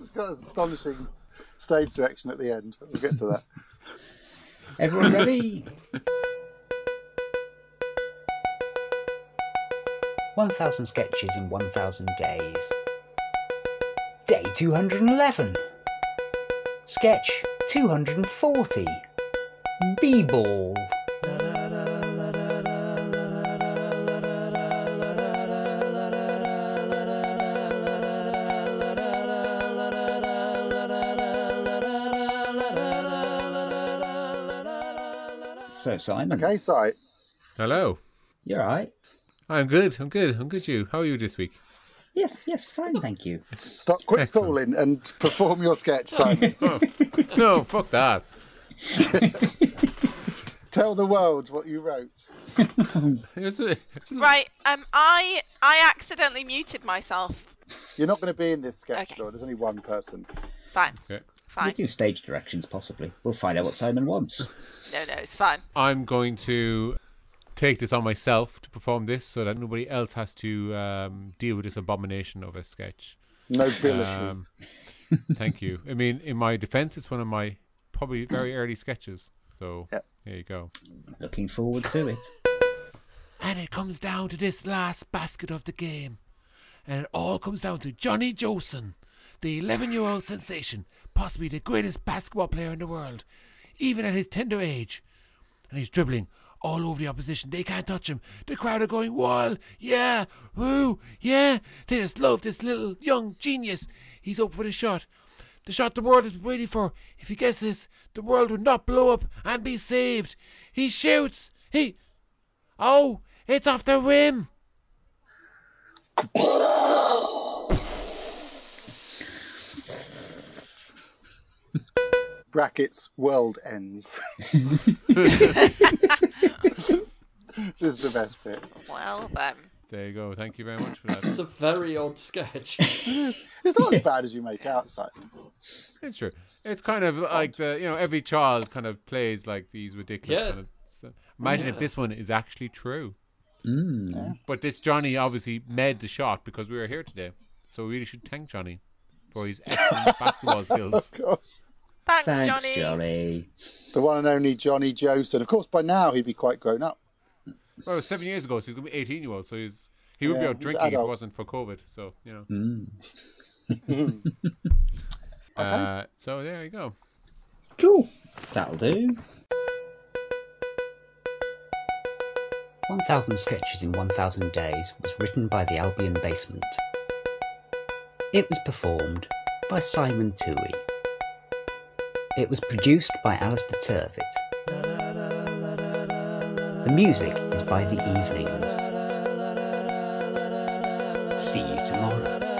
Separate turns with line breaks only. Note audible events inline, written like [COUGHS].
It's got an astonishing stage direction at the end. We'll get
[LAUGHS]
to that.
Everyone ready? [LAUGHS] One thousand sketches in one thousand days. Day two hundred and eleven. Sketch two hundred and forty. B ball. So Simon,
Okay, Si.
Hello.
you're all right.
I'm good. I'm good. I'm good. You? How are you this week? [LAUGHS]
Yes, yes, fine, thank you.
Stop, quit
Excellent.
stalling and perform your sketch, Simon.
[LAUGHS] No, fuck that.
Tell the world what you wrote.
It was a- it's a-
Right. Um. I I accidentally muted myself.
You're not going to be in this sketch,
Okay.
though. There's only one person.
Fine.
Okay.
We
Fine.
do stage directions, possibly. We'll find out what Simon
[LAUGHS]
wants.
No, no, it's fine.
I'm going to take this on myself to perform this, so that nobody else has to um, deal with this abomination of a sketch.
Nobility.
Um, thank you. I mean, in my defence, it's one of my probably very early sketches. So there you go.
Looking forward to it.
And it comes down to this last basket of the game. And it all comes down to Johnny Joson, the 11 year old sensation, possibly the greatest basketball player in the world, even at his tender age. And he's dribbling all over the opposition. They can't touch him. The crowd are going wild. Yeah, woo, yeah. They just love this little young genius. He's up for the shot. The shot the world is waiting for. If he gets this, the world would not blow up and be saved. He shoots. He. Oh, it's off the rim.
Brackets, world
[LAUGHS]
ends. [LAUGHS] Just the best bit.
Well then.
There you go. Thank you very much for [COUGHS] that.
It's a very odd sketch.
It's not as bad as you make out, Simon.
it's true. It's kind of like the you know every child kind of plays like these ridiculous
Yeah.
kind of. So imagine if this one is actually true.
Mm.
But this Johnny obviously made the shot because we were here today, so we really should thank Johnny for his [LAUGHS] excellent basketball skills.
Gosh.
Thanks,
Thanks,
Johnny.
Johnny.
The one and only Johnny Joson. Of course, by now he'd be quite grown up.
Well, it was seven years ago, so he's gonna be eighteen year old. So he's he would be
Yeah,
out
he's
drinking if it
adult.
wasn't for COVID. So you know. Mm. [LAUGHS]
Okay.
Uh, so there you go.
Cool. That'll do. 1000 Sketches in 1000 Days was written by the Albion Basement. It was performed by Simon Toohey. It was produced by Alistair Turvitt. The music is by The Evenings. See you tomorrow.